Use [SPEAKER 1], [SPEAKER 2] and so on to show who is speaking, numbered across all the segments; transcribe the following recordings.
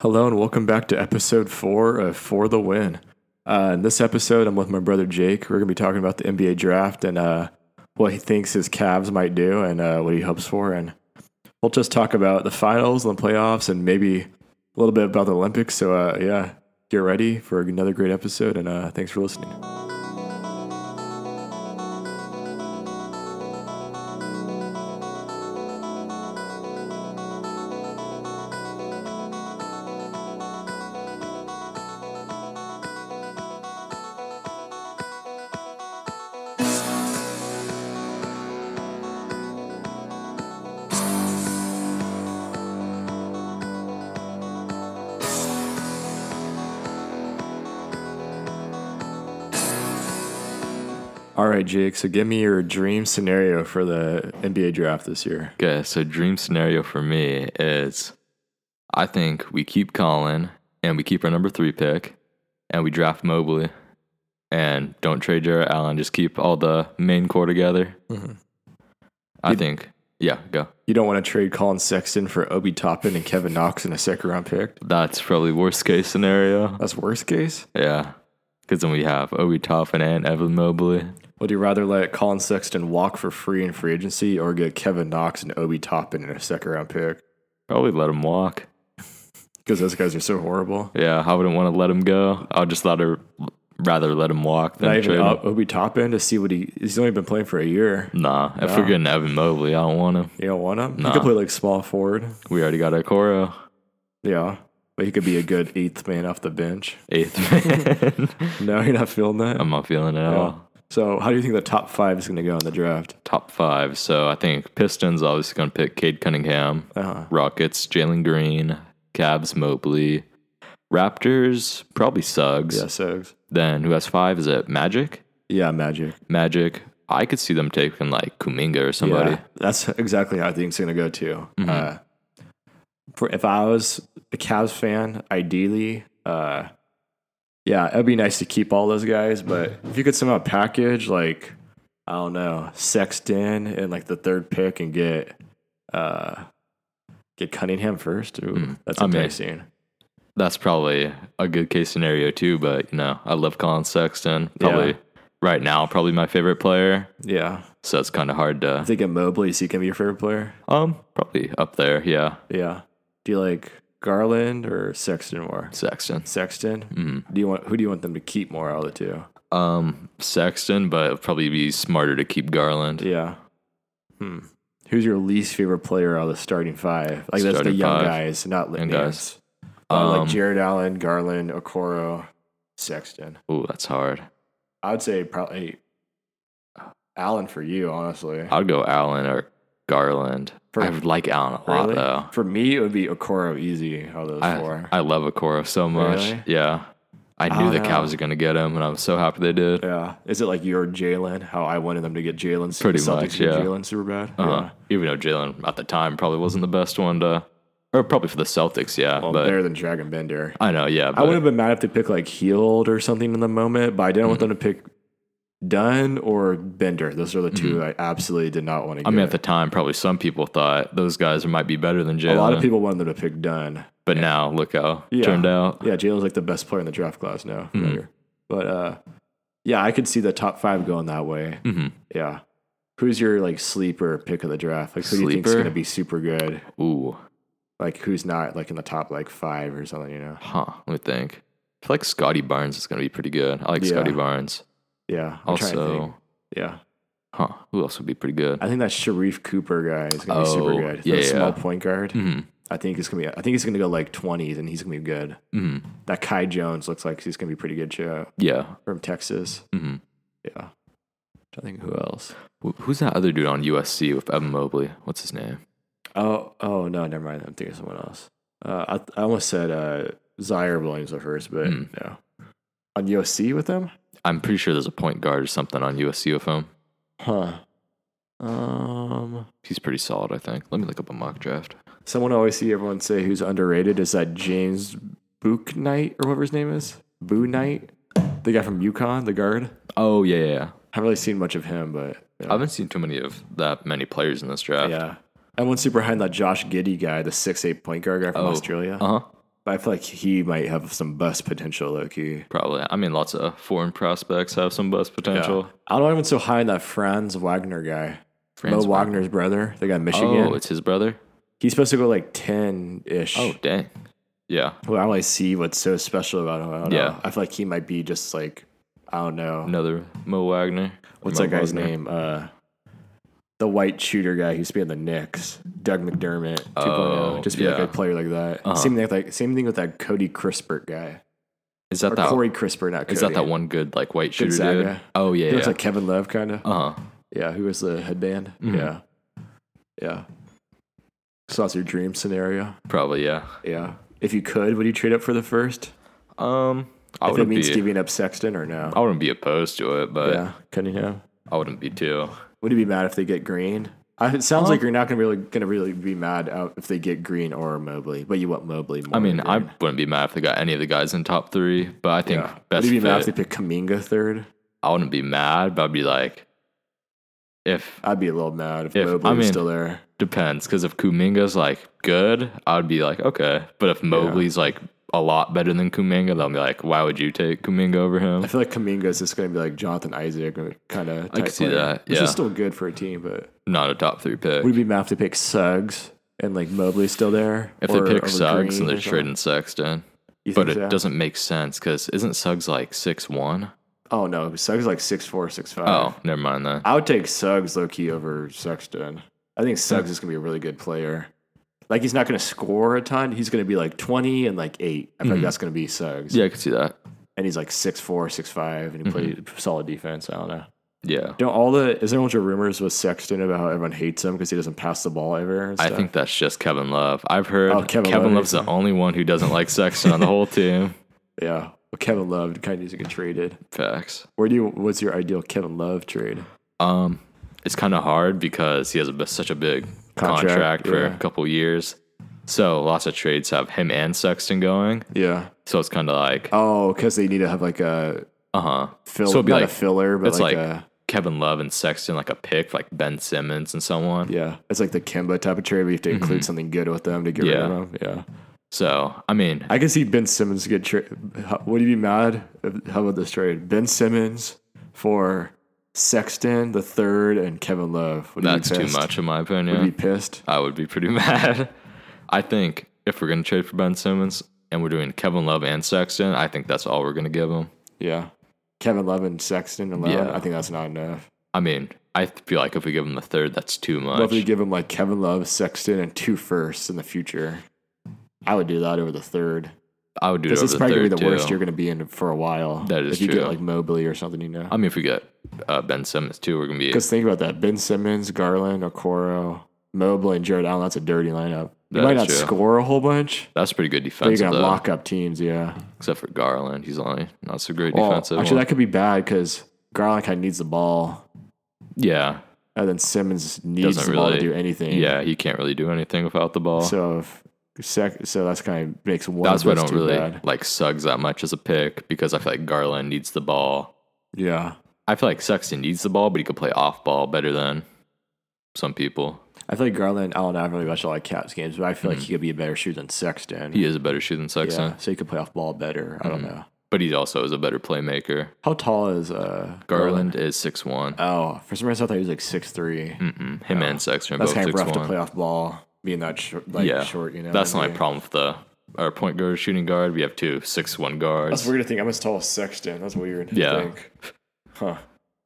[SPEAKER 1] Hello and welcome back to episode four of For the Win. Uh, in this episode, I'm with my brother Jake. We're going to be talking about the NBA draft and uh, what he thinks his Cavs might do and uh, what he hopes for. And we'll just talk about the finals and the playoffs and maybe a little bit about the Olympics. So, uh, yeah, get ready for another great episode. And uh, thanks for listening. All right, Jake. So, give me your dream scenario for the NBA draft this year.
[SPEAKER 2] Okay, uh, so dream scenario for me is I think we keep Colin and we keep our number three pick and we draft Mobley and don't trade Jared Allen, just keep all the main core together.
[SPEAKER 1] Mm-hmm.
[SPEAKER 2] I think, yeah, go.
[SPEAKER 1] You don't want to trade Colin Sexton for Obi Toppin and Kevin Knox in a second round pick.
[SPEAKER 2] That's probably worst case scenario.
[SPEAKER 1] That's worst case.
[SPEAKER 2] Yeah, because then we have Obi Toppin and Evan Mobley.
[SPEAKER 1] Would you rather let Colin Sexton walk for free in free agency or get Kevin Knox and Obi Toppin in a second round pick?
[SPEAKER 2] Probably let him walk.
[SPEAKER 1] Because those guys are so horrible.
[SPEAKER 2] Yeah, I wouldn't want to let him go. I'd just let her, rather let him walk than
[SPEAKER 1] Not
[SPEAKER 2] trade
[SPEAKER 1] even
[SPEAKER 2] him.
[SPEAKER 1] Ob- Obi Toppin to see what he he's only been playing for a year.
[SPEAKER 2] Nah, if we're getting Evan Mobley, I don't want him.
[SPEAKER 1] You don't want him? He could play like small forward.
[SPEAKER 2] We already got Okoro.
[SPEAKER 1] Yeah. But he could be a good eighth man off the bench.
[SPEAKER 2] eighth man.
[SPEAKER 1] No, you're not feeling that.
[SPEAKER 2] I'm not feeling it at
[SPEAKER 1] Yeah.
[SPEAKER 2] all.
[SPEAKER 1] So how do you think the top five is gonna go in the draft?
[SPEAKER 2] Top five. So I think Pistons obviously going to pick Cade Cunningham.
[SPEAKER 1] Uh-huh.
[SPEAKER 2] Rockets, Jalen Green. Cavs, Mobley. Raptors, probably Suggs.
[SPEAKER 1] Yeah, Suggs.
[SPEAKER 2] Then who has five? Is it Magic?
[SPEAKER 1] Yeah, Magic.
[SPEAKER 2] Magic. I could see them taking like Kuminga or somebody.
[SPEAKER 1] Yeah, that's exactly how I think it's going to go too.
[SPEAKER 2] Mm-hmm.
[SPEAKER 1] Uh, for, if I was a Cavs fan, ideally, uh, yeah, it'd be nice to keep all those guys. But if you could somehow package like I don't know Sexton and like the third pick and get uh, get Cunningham first, ooh, that's
[SPEAKER 2] Mm. I mean-
[SPEAKER 1] enticing.
[SPEAKER 2] That's probably a good case scenario too. But you know, I love Colin Sexton. Probably
[SPEAKER 1] Yeah.
[SPEAKER 2] right now, probably my favorite player.
[SPEAKER 1] yeah,
[SPEAKER 2] So it's kind of hard
[SPEAKER 1] I
[SPEAKER 2] to
[SPEAKER 1] think at Mobley, is he can be your favorite player.
[SPEAKER 2] um probably up there. Yeah,
[SPEAKER 1] Yeah, do you like Garland or Sexton more?
[SPEAKER 2] Sexton. Mm-hmm.
[SPEAKER 1] Sexton.
[SPEAKER 2] Mm.
[SPEAKER 1] Do you want who do you want them to keep more out of the two?
[SPEAKER 2] Um, Sexton, but it'd probably be smarter to keep Garland.
[SPEAKER 1] Yeah. Hmm. Who's your least favorite player out of the starting five? Like that's the
[SPEAKER 2] Starting
[SPEAKER 1] young
[SPEAKER 2] five.
[SPEAKER 1] guys, not
[SPEAKER 2] Young
[SPEAKER 1] young
[SPEAKER 2] guys.
[SPEAKER 1] guys. Uh,
[SPEAKER 2] Um,
[SPEAKER 1] like Jared Allen, Garland, Okoro, Sexton.
[SPEAKER 2] Ooh, that's hard.
[SPEAKER 1] I would say probably Allen for you, honestly.
[SPEAKER 2] I'd go Allen or Garland.
[SPEAKER 1] For-
[SPEAKER 2] I would like Allen a lot
[SPEAKER 1] Really?
[SPEAKER 2] though.
[SPEAKER 1] For me, it would be Okoro easy. How those
[SPEAKER 2] I,
[SPEAKER 1] four?
[SPEAKER 2] I love Okoro so much.
[SPEAKER 1] Really?
[SPEAKER 2] Yeah, I
[SPEAKER 1] I don't
[SPEAKER 2] knew
[SPEAKER 1] know.
[SPEAKER 2] the Cavs were gonna get him, and I'm so happy they did.
[SPEAKER 1] yeah. Is it like your Jalen? How I wanted them to get Jalen.
[SPEAKER 2] Pretty
[SPEAKER 1] Celtics
[SPEAKER 2] much,
[SPEAKER 1] get
[SPEAKER 2] yeah.
[SPEAKER 1] Jalen super bad.
[SPEAKER 2] Uh, Even though Jalen at the time probably wasn't the best one to, or probably for the Celtics, yeah.
[SPEAKER 1] Well,
[SPEAKER 2] but
[SPEAKER 1] better than Dragon Bender.
[SPEAKER 2] I know, yeah.
[SPEAKER 1] I
[SPEAKER 2] But, Mm-hmm.
[SPEAKER 1] would have been mad if they picked like Healed or something in the moment, but I didn't want them to pick Dunn or Bender. Those are the 2 I absolutely did not want to. Get.
[SPEAKER 2] Mm-hmm. I mean, at the time, probably some people thought those guys might be better than Jalen.
[SPEAKER 1] a lot of people wanted them to pick Dunn.
[SPEAKER 2] but now look how it
[SPEAKER 1] Yeah.
[SPEAKER 2] turned out.
[SPEAKER 1] Yeah, Jalen's like the best player in the draft class now.
[SPEAKER 2] Mm-hmm.
[SPEAKER 1] Better. But uh, yeah, I could see the top five going that way.
[SPEAKER 2] Mhm.
[SPEAKER 1] Yeah. Who's your like sleeper pick of the draft? Like who do you think's
[SPEAKER 2] Sleeper?
[SPEAKER 1] gonna be super good?
[SPEAKER 2] Ooh,
[SPEAKER 1] Like who's not like in the top like five or something? You know?
[SPEAKER 2] Huh, let me think. I feel like Scotty Barnes is going to be pretty good. I like
[SPEAKER 1] Yeah.
[SPEAKER 2] Scotty Barnes.
[SPEAKER 1] Yeah. I'm trying to think.
[SPEAKER 2] Also,
[SPEAKER 1] yeah.
[SPEAKER 2] huh, who else would be pretty good?
[SPEAKER 1] I think that Sharif Cooper guy is gonna be super
[SPEAKER 2] Oh,
[SPEAKER 1] good.
[SPEAKER 2] yeah,
[SPEAKER 1] the small
[SPEAKER 2] yeah.
[SPEAKER 1] point guard.
[SPEAKER 2] Mm-hmm,
[SPEAKER 1] I think it's gonna be. I think he's gonna go like twenties, and he's gonna be good.
[SPEAKER 2] Mhm.
[SPEAKER 1] That Kai Jones looks like he's gonna be pretty good too uh,
[SPEAKER 2] Yeah.
[SPEAKER 1] from Texas.
[SPEAKER 2] hmm
[SPEAKER 1] Yeah, I think who else?
[SPEAKER 2] Who's that other dude on USC with Evan Mobley? What's his name?
[SPEAKER 1] Oh, oh no, never mind. I'm thinking of someone else. Uh, I, I almost said uh, Zaire Williams at first, but no. On USC with them?
[SPEAKER 2] I'm pretty sure there's a point guard or something on USC with him.
[SPEAKER 1] Huh. Um,
[SPEAKER 2] He's pretty solid, I think. Let me look up a mock draft.
[SPEAKER 1] someone I always see everyone say who's underrated is that James Book Knight or whatever his name is, Boo Knight, the guy from UConn, the guard.
[SPEAKER 2] Oh, yeah, yeah, yeah.
[SPEAKER 1] haven't really seen much of him, but you know.
[SPEAKER 2] I haven't seen too many of that many players in this draft.
[SPEAKER 1] Yeah. Everyone's super high on that Josh Giddy guy, the six eight point guard guy from
[SPEAKER 2] Oh,
[SPEAKER 1] Australia.
[SPEAKER 2] Uh huh.
[SPEAKER 1] But I feel like he might have some bust potential, low key.
[SPEAKER 2] Probably. I mean, lots of foreign prospects have some bust potential.
[SPEAKER 1] I don't even so high on that Franz Wagner guy.
[SPEAKER 2] Franz
[SPEAKER 1] Mo Wagner's brother, the guy in Michigan.
[SPEAKER 2] Oh, it's his brother.
[SPEAKER 1] He's supposed to go like 10 ish.
[SPEAKER 2] Oh, dang. Yeah.
[SPEAKER 1] Well, I only see what's so special about him. I don't
[SPEAKER 2] Yeah.
[SPEAKER 1] know. I feel like he might be just like, I don't know.
[SPEAKER 2] Another Mo Wagner.
[SPEAKER 1] What's
[SPEAKER 2] Mo
[SPEAKER 1] that guy's
[SPEAKER 2] Wagner.
[SPEAKER 1] name? Uh, the white shooter guy who used to be in the Knicks, Doug McDermott 2.0.
[SPEAKER 2] Oh,
[SPEAKER 1] just be like
[SPEAKER 2] yeah. Uh-huh.
[SPEAKER 1] a player like that. Same thing with like same thing with that Cody Crispert guy
[SPEAKER 2] Is that
[SPEAKER 1] or
[SPEAKER 2] that?
[SPEAKER 1] Corey Crispert, not Cody.
[SPEAKER 2] is that that one good like white shooter dude?
[SPEAKER 1] Gonzaga.
[SPEAKER 2] Oh yeah.
[SPEAKER 1] He
[SPEAKER 2] yeah.
[SPEAKER 1] looks like Kevin Love, kind of.
[SPEAKER 2] uh huh.
[SPEAKER 1] Yeah, who was the headband?
[SPEAKER 2] Mhm.
[SPEAKER 1] Yeah, yeah. So that's your dream scenario.
[SPEAKER 2] Probably yeah.
[SPEAKER 1] Yeah. If you could, would you trade up for the first?
[SPEAKER 2] Um, I
[SPEAKER 1] If it
[SPEAKER 2] wouldn't be.
[SPEAKER 1] means giving up Sexton or no?
[SPEAKER 2] I wouldn't be opposed to it, but
[SPEAKER 1] yeah, Cunningham.
[SPEAKER 2] I wouldn't be too.
[SPEAKER 1] Would you be mad if they get green? I, it sounds
[SPEAKER 2] Um,
[SPEAKER 1] like you're not gonna really gonna really be mad out if they get green or Mobley, but you want Mobley. More
[SPEAKER 2] I mean,
[SPEAKER 1] than
[SPEAKER 2] I
[SPEAKER 1] Green.
[SPEAKER 2] wouldn't be mad if they got any of the guys in top three, but I think
[SPEAKER 1] yeah.
[SPEAKER 2] best
[SPEAKER 1] Would you be mad if
[SPEAKER 2] fit.
[SPEAKER 1] they pick Kaminga third?
[SPEAKER 2] I wouldn't be mad, but I'd be like, if
[SPEAKER 1] I'd be a little mad if,
[SPEAKER 2] If-
[SPEAKER 1] Mobley
[SPEAKER 2] I
[SPEAKER 1] was
[SPEAKER 2] mean-
[SPEAKER 1] still there.
[SPEAKER 2] depends, because if Kuminga's like good, I'd be like okay, but if Mobley's like a lot better than Kuminga, they'll be like, why would you take Kuminga over
[SPEAKER 1] I
[SPEAKER 2] him?
[SPEAKER 1] feel like Kaminga is just gonna be like Jonathan Isaac kind of. I
[SPEAKER 2] could see that,
[SPEAKER 1] which
[SPEAKER 2] yeah.
[SPEAKER 1] is still good for a team, but
[SPEAKER 2] Not a top three pick.
[SPEAKER 1] would you be mad if they pick Suggs and like Mobley's still there?
[SPEAKER 2] If
[SPEAKER 1] or
[SPEAKER 2] they pick
[SPEAKER 1] over
[SPEAKER 2] Suggs
[SPEAKER 1] Green
[SPEAKER 2] and
[SPEAKER 1] or
[SPEAKER 2] they're
[SPEAKER 1] something?
[SPEAKER 2] trading Sexton,
[SPEAKER 1] You
[SPEAKER 2] but it
[SPEAKER 1] think so?
[SPEAKER 2] doesn't make sense because isn't Suggs like six one?
[SPEAKER 1] Oh no, Suggs is like six four, six five.
[SPEAKER 2] Oh, never mind then.
[SPEAKER 1] I would take Suggs low key over Sexton. I
[SPEAKER 2] Hmm.
[SPEAKER 1] think Suggs is gonna be a really good player. Like he's not gonna score a ton. He's gonna be like twenty and like eight. I think that's gonna be Suggs.
[SPEAKER 2] Hmm. Yeah, I could see that.
[SPEAKER 1] And he's like six four, six five, and he
[SPEAKER 2] Mm-hmm.
[SPEAKER 1] played solid defense. I don't know.
[SPEAKER 2] Yeah,
[SPEAKER 1] Don't all the is there a bunch of rumors with Sexton about how everyone hates him because he doesn't pass the ball ever? And
[SPEAKER 2] I
[SPEAKER 1] stuff?
[SPEAKER 2] think that's just Kevin Love. I've heard
[SPEAKER 1] Oh,
[SPEAKER 2] Kevin,
[SPEAKER 1] Kevin Love
[SPEAKER 2] Love's the only one who doesn't like Sexton on the whole team.
[SPEAKER 1] yeah. Well, Kevin Love kind of needs to get traded.
[SPEAKER 2] Facts.
[SPEAKER 1] Where do you? What's your ideal Kevin Love trade?
[SPEAKER 2] Um, it's kind of hard because he has a, b- such a big contract,
[SPEAKER 1] Contract,
[SPEAKER 2] for
[SPEAKER 1] yeah.
[SPEAKER 2] a couple years. So lots of trades have him and Sexton going.
[SPEAKER 1] Yeah.
[SPEAKER 2] So it's kind of like,
[SPEAKER 1] Oh, because they need to have like a
[SPEAKER 2] uh huh.
[SPEAKER 1] fill,
[SPEAKER 2] So it'd be
[SPEAKER 1] not
[SPEAKER 2] like-
[SPEAKER 1] a filler, but
[SPEAKER 2] It's like,
[SPEAKER 1] like a
[SPEAKER 2] Kevin Love and Sexton, like a pick, like Ben Simmons and someone.
[SPEAKER 1] Yeah, it's like the Kimba type of trade. where you have to include something good with them to get rid
[SPEAKER 2] Mm-hmm. Yeah.
[SPEAKER 1] of them. Yeah,
[SPEAKER 2] So I mean,
[SPEAKER 1] I can see Ben Simmons get traded. Would you be mad? If, how about this trade? Ben Simmons for Sexton the third and Kevin Love. Would you be
[SPEAKER 2] that's too
[SPEAKER 1] pissed?
[SPEAKER 2] much in my
[SPEAKER 1] Would
[SPEAKER 2] opinion.
[SPEAKER 1] you be pissed?
[SPEAKER 2] I would be pretty mad. I think if we're going to trade for Ben Simmons and we're doing Kevin Love and Sexton, I think that's all we're going to give him.
[SPEAKER 1] Yeah, Kevin Love and Sexton alone.
[SPEAKER 2] Yeah.
[SPEAKER 1] I think that's not enough.
[SPEAKER 2] I mean, I th- feel like if we give him the third, that's too
[SPEAKER 1] Love
[SPEAKER 2] much.
[SPEAKER 1] to give him like Kevin Love, Sexton, and two firsts in the future. I would do that over the third.
[SPEAKER 2] I would do it
[SPEAKER 1] This
[SPEAKER 2] over
[SPEAKER 1] is
[SPEAKER 2] the
[SPEAKER 1] probably gonna
[SPEAKER 2] third.
[SPEAKER 1] be the worst
[SPEAKER 2] too.
[SPEAKER 1] you're going to be in for a while.
[SPEAKER 2] That is
[SPEAKER 1] if you
[SPEAKER 2] true.
[SPEAKER 1] get like Mobley or something, you know.
[SPEAKER 2] I mean, if we get uh, Ben Simmons too, we're going to be.
[SPEAKER 1] Because think about that: Ben Simmons, Garland, Okoro, Mobley, and Jared Allen. That's a dirty lineup. You
[SPEAKER 2] That
[SPEAKER 1] might
[SPEAKER 2] is
[SPEAKER 1] not
[SPEAKER 2] true.
[SPEAKER 1] score a whole bunch,
[SPEAKER 2] That's pretty good
[SPEAKER 1] but you're
[SPEAKER 2] defensive,
[SPEAKER 1] gonna
[SPEAKER 2] though,
[SPEAKER 1] lock up teams. Yeah.
[SPEAKER 2] except for Garland. He's only not so great
[SPEAKER 1] Well,
[SPEAKER 2] defensive.
[SPEAKER 1] actually, that could be bad because Garland kind of needs the ball,
[SPEAKER 2] yeah,
[SPEAKER 1] and then Simmons needs
[SPEAKER 2] Doesn't
[SPEAKER 1] the ball
[SPEAKER 2] really-
[SPEAKER 1] to do anything.
[SPEAKER 2] yeah, he can't really do anything without the ball.
[SPEAKER 1] So if sec- so that's kind of makes one.
[SPEAKER 2] that's
[SPEAKER 1] of
[SPEAKER 2] why I
[SPEAKER 1] those
[SPEAKER 2] don't
[SPEAKER 1] too
[SPEAKER 2] really
[SPEAKER 1] Bad.
[SPEAKER 2] like Suggs that much as a pick because I feel like Garland needs the ball.
[SPEAKER 1] Yeah.
[SPEAKER 2] I feel like Sexton needs the ball, but he could play off ball better than some people.
[SPEAKER 1] I feel like Garland and Allen. I haven't really watched a lot of Cavs games, but I feel
[SPEAKER 2] Mm-hmm.
[SPEAKER 1] like he could be a better shooter than Sexton.
[SPEAKER 2] He is a better shooter than Sexton,
[SPEAKER 1] yeah. So he could play off ball better. I don't know.
[SPEAKER 2] but he also is a better playmaker.
[SPEAKER 1] How tall is uh,
[SPEAKER 2] Garland is six one.
[SPEAKER 1] Oh, for some reason I thought he was like six three.
[SPEAKER 2] Him and Sexton are
[SPEAKER 1] That's
[SPEAKER 2] Mm-hmm. both
[SPEAKER 1] kind of
[SPEAKER 2] six
[SPEAKER 1] rough to
[SPEAKER 2] one.
[SPEAKER 1] play off ball, being that short, like
[SPEAKER 2] yeah,
[SPEAKER 1] short. You know,
[SPEAKER 2] that's the
[SPEAKER 1] what I
[SPEAKER 2] only
[SPEAKER 1] mean?
[SPEAKER 2] problem with the our point guard, shooting guard. We have two six one guards.
[SPEAKER 1] That's weird to think. I'm as tall as Sexton. That's weird. to
[SPEAKER 2] Yeah.
[SPEAKER 1] think. Huh.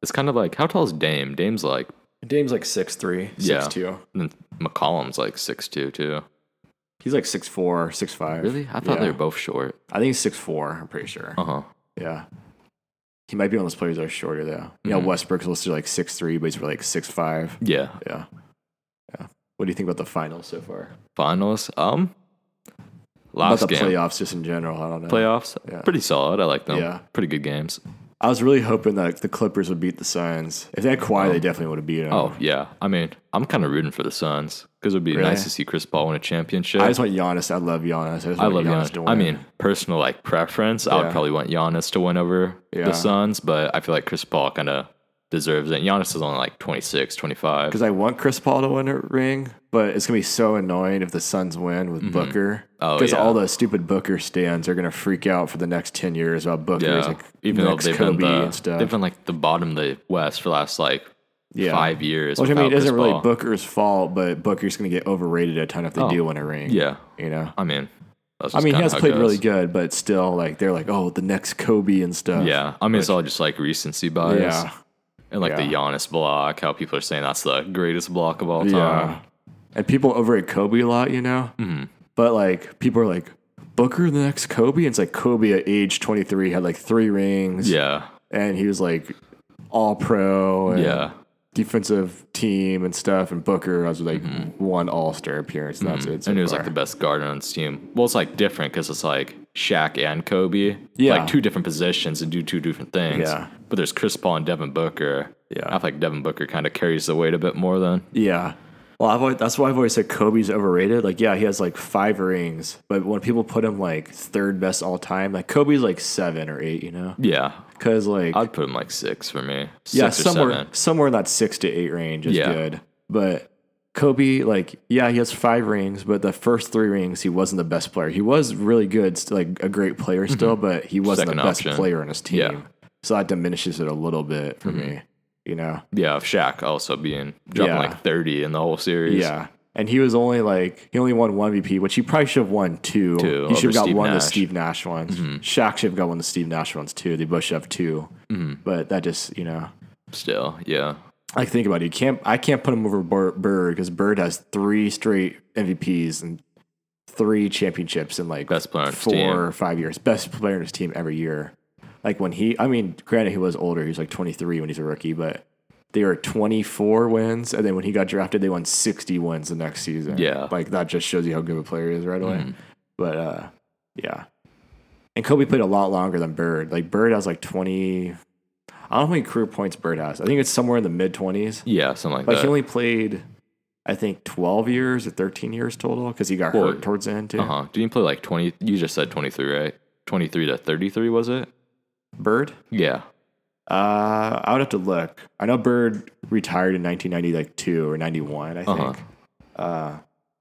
[SPEAKER 2] It's kind of like how tall is Dame? Dame's like,
[SPEAKER 1] Dame's like six three, six
[SPEAKER 2] Yeah.
[SPEAKER 1] two.
[SPEAKER 2] and McCollum's like six two too.
[SPEAKER 1] He's like six four, six five.
[SPEAKER 2] Really? I thought
[SPEAKER 1] Yeah.
[SPEAKER 2] they were both short.
[SPEAKER 1] I think he's six four. I'm pretty sure.
[SPEAKER 2] Uh huh.
[SPEAKER 1] Yeah. He might be one of those players that are shorter though. You
[SPEAKER 2] Mm-hmm.
[SPEAKER 1] know, Westbrook's listed like six three, but he's really like six five.
[SPEAKER 2] Yeah.
[SPEAKER 1] Yeah. Yeah. What do you think about the finals so far?
[SPEAKER 2] Finals. Um.
[SPEAKER 1] About
[SPEAKER 2] Last
[SPEAKER 1] the
[SPEAKER 2] game.
[SPEAKER 1] playoffs just in general. I don't know.
[SPEAKER 2] Playoffs.
[SPEAKER 1] Yeah.
[SPEAKER 2] Pretty solid. I like them.
[SPEAKER 1] Yeah.
[SPEAKER 2] Pretty good games.
[SPEAKER 1] I was really hoping that the Clippers would beat the Suns. If they had Kawhi, they definitely would have beat them.
[SPEAKER 2] Oh yeah, I mean, I'm kind of rooting for the Suns because it'd be
[SPEAKER 1] Really?
[SPEAKER 2] nice to see Chris Paul win a championship.
[SPEAKER 1] I
[SPEAKER 2] I,
[SPEAKER 1] just want Giannis. I love Giannis. I, just want
[SPEAKER 2] love Giannis.
[SPEAKER 1] to
[SPEAKER 2] I
[SPEAKER 1] win.
[SPEAKER 2] mean, personal like preference, I would
[SPEAKER 1] Yeah.
[SPEAKER 2] probably want Giannis to win over
[SPEAKER 1] Yeah.
[SPEAKER 2] the Suns, but I feel like Chris Paul kind of deserves it. Giannis is only like 26, 25.
[SPEAKER 1] Because I want Chris Paul to win a ring, but it's gonna be so annoying if the Suns win with Booker.
[SPEAKER 2] Oh,
[SPEAKER 1] Because
[SPEAKER 2] yeah.
[SPEAKER 1] all the stupid Booker stands are gonna freak out for the next ten years about Booker.
[SPEAKER 2] Yeah,
[SPEAKER 1] is like
[SPEAKER 2] even though
[SPEAKER 1] next
[SPEAKER 2] they've
[SPEAKER 1] Kobe
[SPEAKER 2] been the,
[SPEAKER 1] and stuff.
[SPEAKER 2] they've been like the bottom of the West for the last like
[SPEAKER 1] Yeah.
[SPEAKER 2] five years.
[SPEAKER 1] Which I mean,
[SPEAKER 2] without
[SPEAKER 1] it isn't
[SPEAKER 2] Chris
[SPEAKER 1] really
[SPEAKER 2] Paul.
[SPEAKER 1] Booker's fault, but Booker's going to get overrated a ton if they do win a ring.
[SPEAKER 2] Oh, Yeah,
[SPEAKER 1] You know?
[SPEAKER 2] I mean, that's
[SPEAKER 1] I
[SPEAKER 2] just
[SPEAKER 1] mean, he
[SPEAKER 2] kinda
[SPEAKER 1] has
[SPEAKER 2] how it
[SPEAKER 1] played
[SPEAKER 2] goes.
[SPEAKER 1] really good, but still, like, they're like, oh, the next Kobe and stuff.
[SPEAKER 2] Yeah, I mean, it's all just like recency bias.
[SPEAKER 1] Yeah.
[SPEAKER 2] and like
[SPEAKER 1] Yeah.
[SPEAKER 2] the Giannis block, how people are saying that's the greatest block of all time.
[SPEAKER 1] Yeah. Uh, And people overrate Kobe a lot, you know? Mm-hmm. But, like, people are like, Booker, the next Kobe? And it's like Kobe at age 23 had like three rings.
[SPEAKER 2] Yeah,
[SPEAKER 1] And he was like all pro and
[SPEAKER 2] yeah,
[SPEAKER 1] defensive team and stuff. And Booker was like one all star appearance. That's it. so
[SPEAKER 2] Mm-hmm. and he was like
[SPEAKER 1] far.
[SPEAKER 2] the best guard on his team. Well, it's like different because it's like Shaq and Kobe,
[SPEAKER 1] Yeah.
[SPEAKER 2] like two different positions and do two different things.
[SPEAKER 1] Yeah.
[SPEAKER 2] but there's Chris Paul and Devin Booker.
[SPEAKER 1] Yeah.
[SPEAKER 2] I feel like Devin Booker kind of carries the weight a bit more than
[SPEAKER 1] Yeah. Well, I've always, that's why I've always said Kobe's overrated. Like, yeah, he has like five rings, but when people put him like third best all time, like Kobe's like seven or eight, you know?
[SPEAKER 2] yeah.
[SPEAKER 1] Because like,
[SPEAKER 2] I'd put him like six for me. Six
[SPEAKER 1] yeah,
[SPEAKER 2] or
[SPEAKER 1] somewhere
[SPEAKER 2] seven.
[SPEAKER 1] somewhere in that six to eight range is
[SPEAKER 2] Yeah.
[SPEAKER 1] good. But Kobe, like, yeah, he has five rings, but the first three rings, he wasn't the best player. He was really good, st- like a great player still, but he wasn't the
[SPEAKER 2] Mm-hmm. Second
[SPEAKER 1] best
[SPEAKER 2] option.
[SPEAKER 1] player on his team.
[SPEAKER 2] Yeah. Mm-hmm.
[SPEAKER 1] So that diminishes it a little bit for me, you know?
[SPEAKER 2] Yeah, of Shaq also being dropping
[SPEAKER 1] Yeah.
[SPEAKER 2] like thirty in the whole series.
[SPEAKER 1] Yeah. And he was only like he only won one VP, which he probably should have won two.
[SPEAKER 2] Two
[SPEAKER 1] he should
[SPEAKER 2] over
[SPEAKER 1] have got
[SPEAKER 2] Steve
[SPEAKER 1] one of the
[SPEAKER 2] Nash. Mm-hmm.
[SPEAKER 1] Steve Nash ones. Shaq should have got one of the Steve Nash ones too. They both should have 2
[SPEAKER 2] Mm-hmm.
[SPEAKER 1] But that just you know,
[SPEAKER 2] Still, yeah,
[SPEAKER 1] I think about it. You can't I can't put him over Bur- Bird because Bird has three straight MVPs and three championships in like
[SPEAKER 2] Best player on his
[SPEAKER 1] four
[SPEAKER 2] team.
[SPEAKER 1] or five years. Best player in his team every year. Like when he, I mean, granted he was older. He was like 23 when he's a rookie, but they were 24 wins, and then when he got drafted, they won 60 wins the next season.
[SPEAKER 2] Yeah. Mm-hmm.
[SPEAKER 1] like that just shows you how good of a player he is right away. But uh, yeah, and Kobe played a lot longer than Bird. Like Bird has like 20. I don't know how many career points Bird has. I think it's somewhere in the mid 20s.
[SPEAKER 2] yeah, something like
[SPEAKER 1] Like
[SPEAKER 2] that.
[SPEAKER 1] he only played, I think, 12 years or 13 years total because he got
[SPEAKER 2] Well,
[SPEAKER 1] hurt towards the end too.
[SPEAKER 2] Uh huh. Did you play like twenty? You just said twenty three, right? Twenty three to thirty three, was it?
[SPEAKER 1] Bird.
[SPEAKER 2] Yeah.
[SPEAKER 1] Uh, I would have to look. I know Bird retired in 1992 or 91, I
[SPEAKER 2] Uh-huh.
[SPEAKER 1] think. Uh,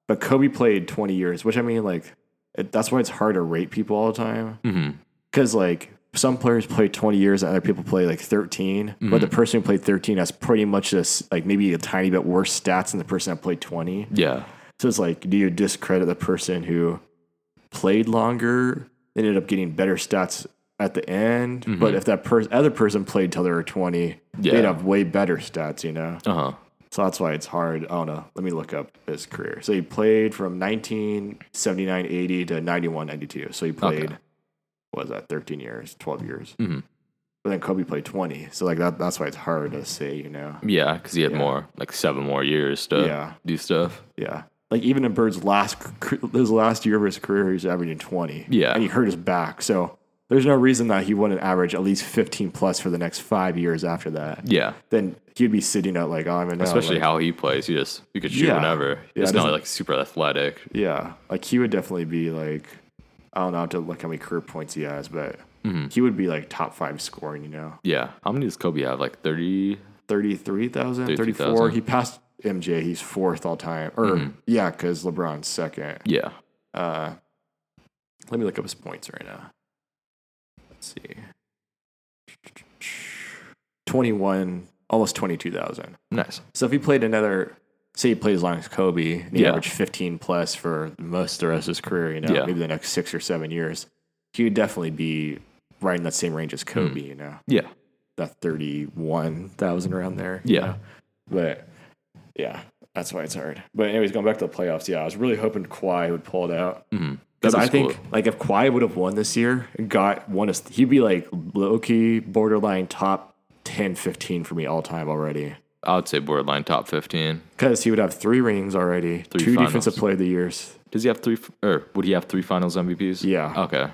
[SPEAKER 1] but Kobe played 20 years, which I mean, like, it, that's why it's hard to rate people all the time.
[SPEAKER 2] hmm
[SPEAKER 1] Because, like, some players play 20 years and other people play, like, 13. But the person who played 13 has pretty much this, like, maybe a tiny bit worse stats than the person that played 20.
[SPEAKER 2] Yeah.
[SPEAKER 1] So it's like, do you discredit the person who played longer, ended up getting better stats at the end? But if that per- other person played till they were 20,
[SPEAKER 2] Yeah.
[SPEAKER 1] they'd have way better stats, you know?
[SPEAKER 2] Uh huh.
[SPEAKER 1] So that's why it's hard. I don't know. Let me look up his career. So he played from 1979 80 to 91 92. So he played, what was that, 13 years, 12 years?
[SPEAKER 2] Mhm.
[SPEAKER 1] But then Kobe played 20. So like that, that's why it's hard to say, you know?
[SPEAKER 2] Yeah, because he had more, like seven more years to
[SPEAKER 1] Yeah.
[SPEAKER 2] do stuff.
[SPEAKER 1] Yeah. Like even in Bird's last c- his last year of his career, he was averaging twenty.
[SPEAKER 2] Yeah.
[SPEAKER 1] and he hurt his back, so there's no reason that he wouldn't average at least fifteen plus for the next five years after that.
[SPEAKER 2] Yeah.
[SPEAKER 1] Then he'd be sitting at like, oh, I'm in.
[SPEAKER 2] Especially
[SPEAKER 1] like,
[SPEAKER 2] how he plays. You just you could shoot
[SPEAKER 1] Yeah.
[SPEAKER 2] whenever.
[SPEAKER 1] Yeah,
[SPEAKER 2] it's
[SPEAKER 1] it
[SPEAKER 2] not
[SPEAKER 1] doesn't-
[SPEAKER 2] like super athletic.
[SPEAKER 1] yeah, like he would definitely be like, I don't know, I have to look how many career points he has, but
[SPEAKER 2] Mm-hmm.
[SPEAKER 1] he would be like top five scoring. You know,
[SPEAKER 2] Yeah. How many does Kobe have? Like thirty.
[SPEAKER 1] 33,000, 34.
[SPEAKER 2] 33,000.
[SPEAKER 1] He passed MJ. He's fourth all time, or
[SPEAKER 2] Mm-hmm.
[SPEAKER 1] yeah, because LeBron's second.
[SPEAKER 2] Yeah.
[SPEAKER 1] Uh, let me look up his points right now. Let's see. 21, almost 22,000.
[SPEAKER 2] Nice.
[SPEAKER 1] So if he played another, say he played as long as Kobe, and he
[SPEAKER 2] Yeah.
[SPEAKER 1] averaged 15 plus for most of the rest of his career, you know,
[SPEAKER 2] Yeah.
[SPEAKER 1] maybe the next six or seven years, he would definitely be right in that same range as Kobe,
[SPEAKER 2] Hmm.
[SPEAKER 1] you know,
[SPEAKER 2] Yeah.
[SPEAKER 1] that 31,000 around there. you
[SPEAKER 2] Yeah.
[SPEAKER 1] know? But yeah, that's why it's hard. But anyways, going back to the playoffs, yeah, I was really hoping Kawhi would pull it out. Because
[SPEAKER 2] That'd
[SPEAKER 1] I
[SPEAKER 2] be
[SPEAKER 1] think like if Kawhi would have won this year, and got one, of- he'd be like low key borderline top 10, 15 for me all time already.
[SPEAKER 2] I would say borderline top fifteen.
[SPEAKER 1] Because he would have three rings already,
[SPEAKER 2] Three
[SPEAKER 1] two
[SPEAKER 2] finals.
[SPEAKER 1] defensive player of the years,
[SPEAKER 2] Does he have three? f- Or would he have three Finals MVPs?
[SPEAKER 1] Yeah.
[SPEAKER 2] Okay.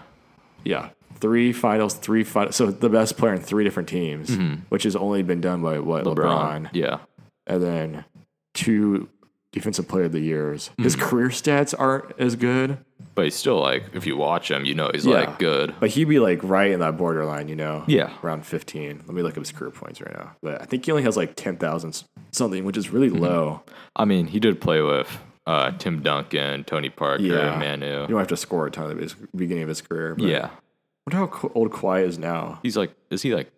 [SPEAKER 1] yeah, three finals, three finals. So the best player in three different teams,
[SPEAKER 2] Mm-hmm.
[SPEAKER 1] which has only been done by what LeBron,
[SPEAKER 2] Yeah.
[SPEAKER 1] and then two defensive player of the years. His
[SPEAKER 2] Mm-hmm.
[SPEAKER 1] career stats aren't as good,
[SPEAKER 2] But he's still like, if you watch him, you know he's
[SPEAKER 1] Yeah.
[SPEAKER 2] like good.
[SPEAKER 1] but he'd be like right in that borderline, you know?
[SPEAKER 2] Yeah.
[SPEAKER 1] Around 15. Let me look up his career points right now. But I think he only has like 10,000 something, which is really
[SPEAKER 2] Mm-hmm.
[SPEAKER 1] low.
[SPEAKER 2] I mean, he did play with uh, Tim Duncan, Tony Parker,
[SPEAKER 1] Yeah. You
[SPEAKER 2] Manu.
[SPEAKER 1] don't have to score a ton at the bes- beginning of his career. But
[SPEAKER 2] Yeah,
[SPEAKER 1] I wonder how qu- old Kawhi is now.
[SPEAKER 2] he's like, is he like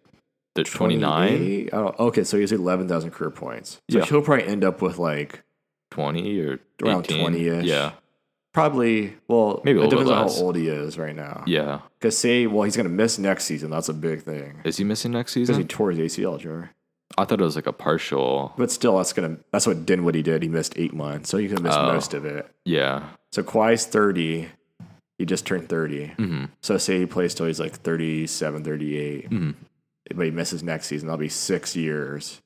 [SPEAKER 2] the twenty nine,
[SPEAKER 1] 28? I don't, okay, so he has 11,000 career points. So
[SPEAKER 2] Yeah.
[SPEAKER 1] he'll probably end up with like
[SPEAKER 2] twenty or
[SPEAKER 1] Around
[SPEAKER 2] 18?
[SPEAKER 1] 20-ish.
[SPEAKER 2] Yeah,
[SPEAKER 1] probably, well,
[SPEAKER 2] Maybe a
[SPEAKER 1] it
[SPEAKER 2] little bit
[SPEAKER 1] depends on how
[SPEAKER 2] less.
[SPEAKER 1] old he is right now.
[SPEAKER 2] yeah.
[SPEAKER 1] Because say, well, he's going to miss next season. That's a big thing.
[SPEAKER 2] Is he missing next
[SPEAKER 1] Because
[SPEAKER 2] season?
[SPEAKER 1] he tore his ACL, Jeremy.
[SPEAKER 2] I thought it was like a partial.
[SPEAKER 1] But still, that's gonna that's what Dinwiddie did. He missed eight months, so you can miss
[SPEAKER 2] Oh.
[SPEAKER 1] most of it.
[SPEAKER 2] Yeah,
[SPEAKER 1] So Kawhi's thirty. He just turned 30.
[SPEAKER 2] Mhm.
[SPEAKER 1] So say he plays till he's like 37, 38,
[SPEAKER 2] Mhm.
[SPEAKER 1] but he misses next season. That'll be six years.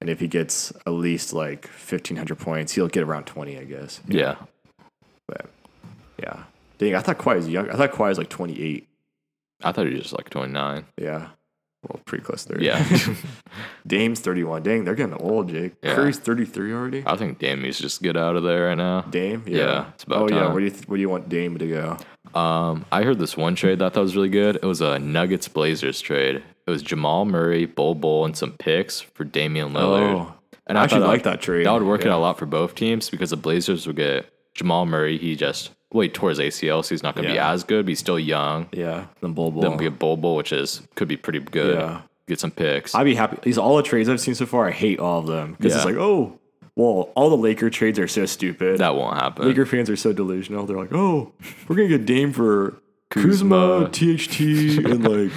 [SPEAKER 1] And if he gets at least like 1,500 points, he'll get around 20, I guess.
[SPEAKER 2] yeah.
[SPEAKER 1] But yeah. Dang, I thought Kawhi was young. I thought Kawhi was like 28.
[SPEAKER 2] I thought he was just like twenty nine.
[SPEAKER 1] Yeah. Well, pretty close to 30.
[SPEAKER 2] Yeah,
[SPEAKER 1] Dame's 31. Dang, they're getting old, Jake.
[SPEAKER 2] Yeah.
[SPEAKER 1] Curry's 33 already.
[SPEAKER 2] I think Dame needs to just get out of there right now.
[SPEAKER 1] Dame, yeah,
[SPEAKER 2] Yeah, it's about
[SPEAKER 1] oh yeah,
[SPEAKER 2] time.
[SPEAKER 1] where do you th- where do you want Dame to go?
[SPEAKER 2] Um, I heard this one trade that I thought was really good. It was a Nuggets Blazers trade. It was Jamal Murray, Bull Bull, and some picks for Damian Lillard.
[SPEAKER 1] Oh,
[SPEAKER 2] and
[SPEAKER 1] I actually
[SPEAKER 2] thought
[SPEAKER 1] like that trade.
[SPEAKER 2] That would work
[SPEAKER 1] Yeah.
[SPEAKER 2] out a lot for both teams because the Blazers would get Jamal Murray. He just well, he tore his ACL, so he's not going to
[SPEAKER 1] Yeah.
[SPEAKER 2] be as good. But he's still young.
[SPEAKER 1] Yeah, then Bull
[SPEAKER 2] Then we get Bull Bull, which is could be pretty good.
[SPEAKER 1] Yeah.
[SPEAKER 2] Get some picks.
[SPEAKER 1] I'd be happy. These all the trades I've seen so far, I hate all of them because it's
[SPEAKER 2] Yeah.
[SPEAKER 1] like, oh, well, all the Laker trades are so stupid.
[SPEAKER 2] that won't happen.
[SPEAKER 1] Laker fans are so delusional. They're like, oh, we're gonna get Dame for Kuzma,
[SPEAKER 2] Kuzma.
[SPEAKER 1] THT, and like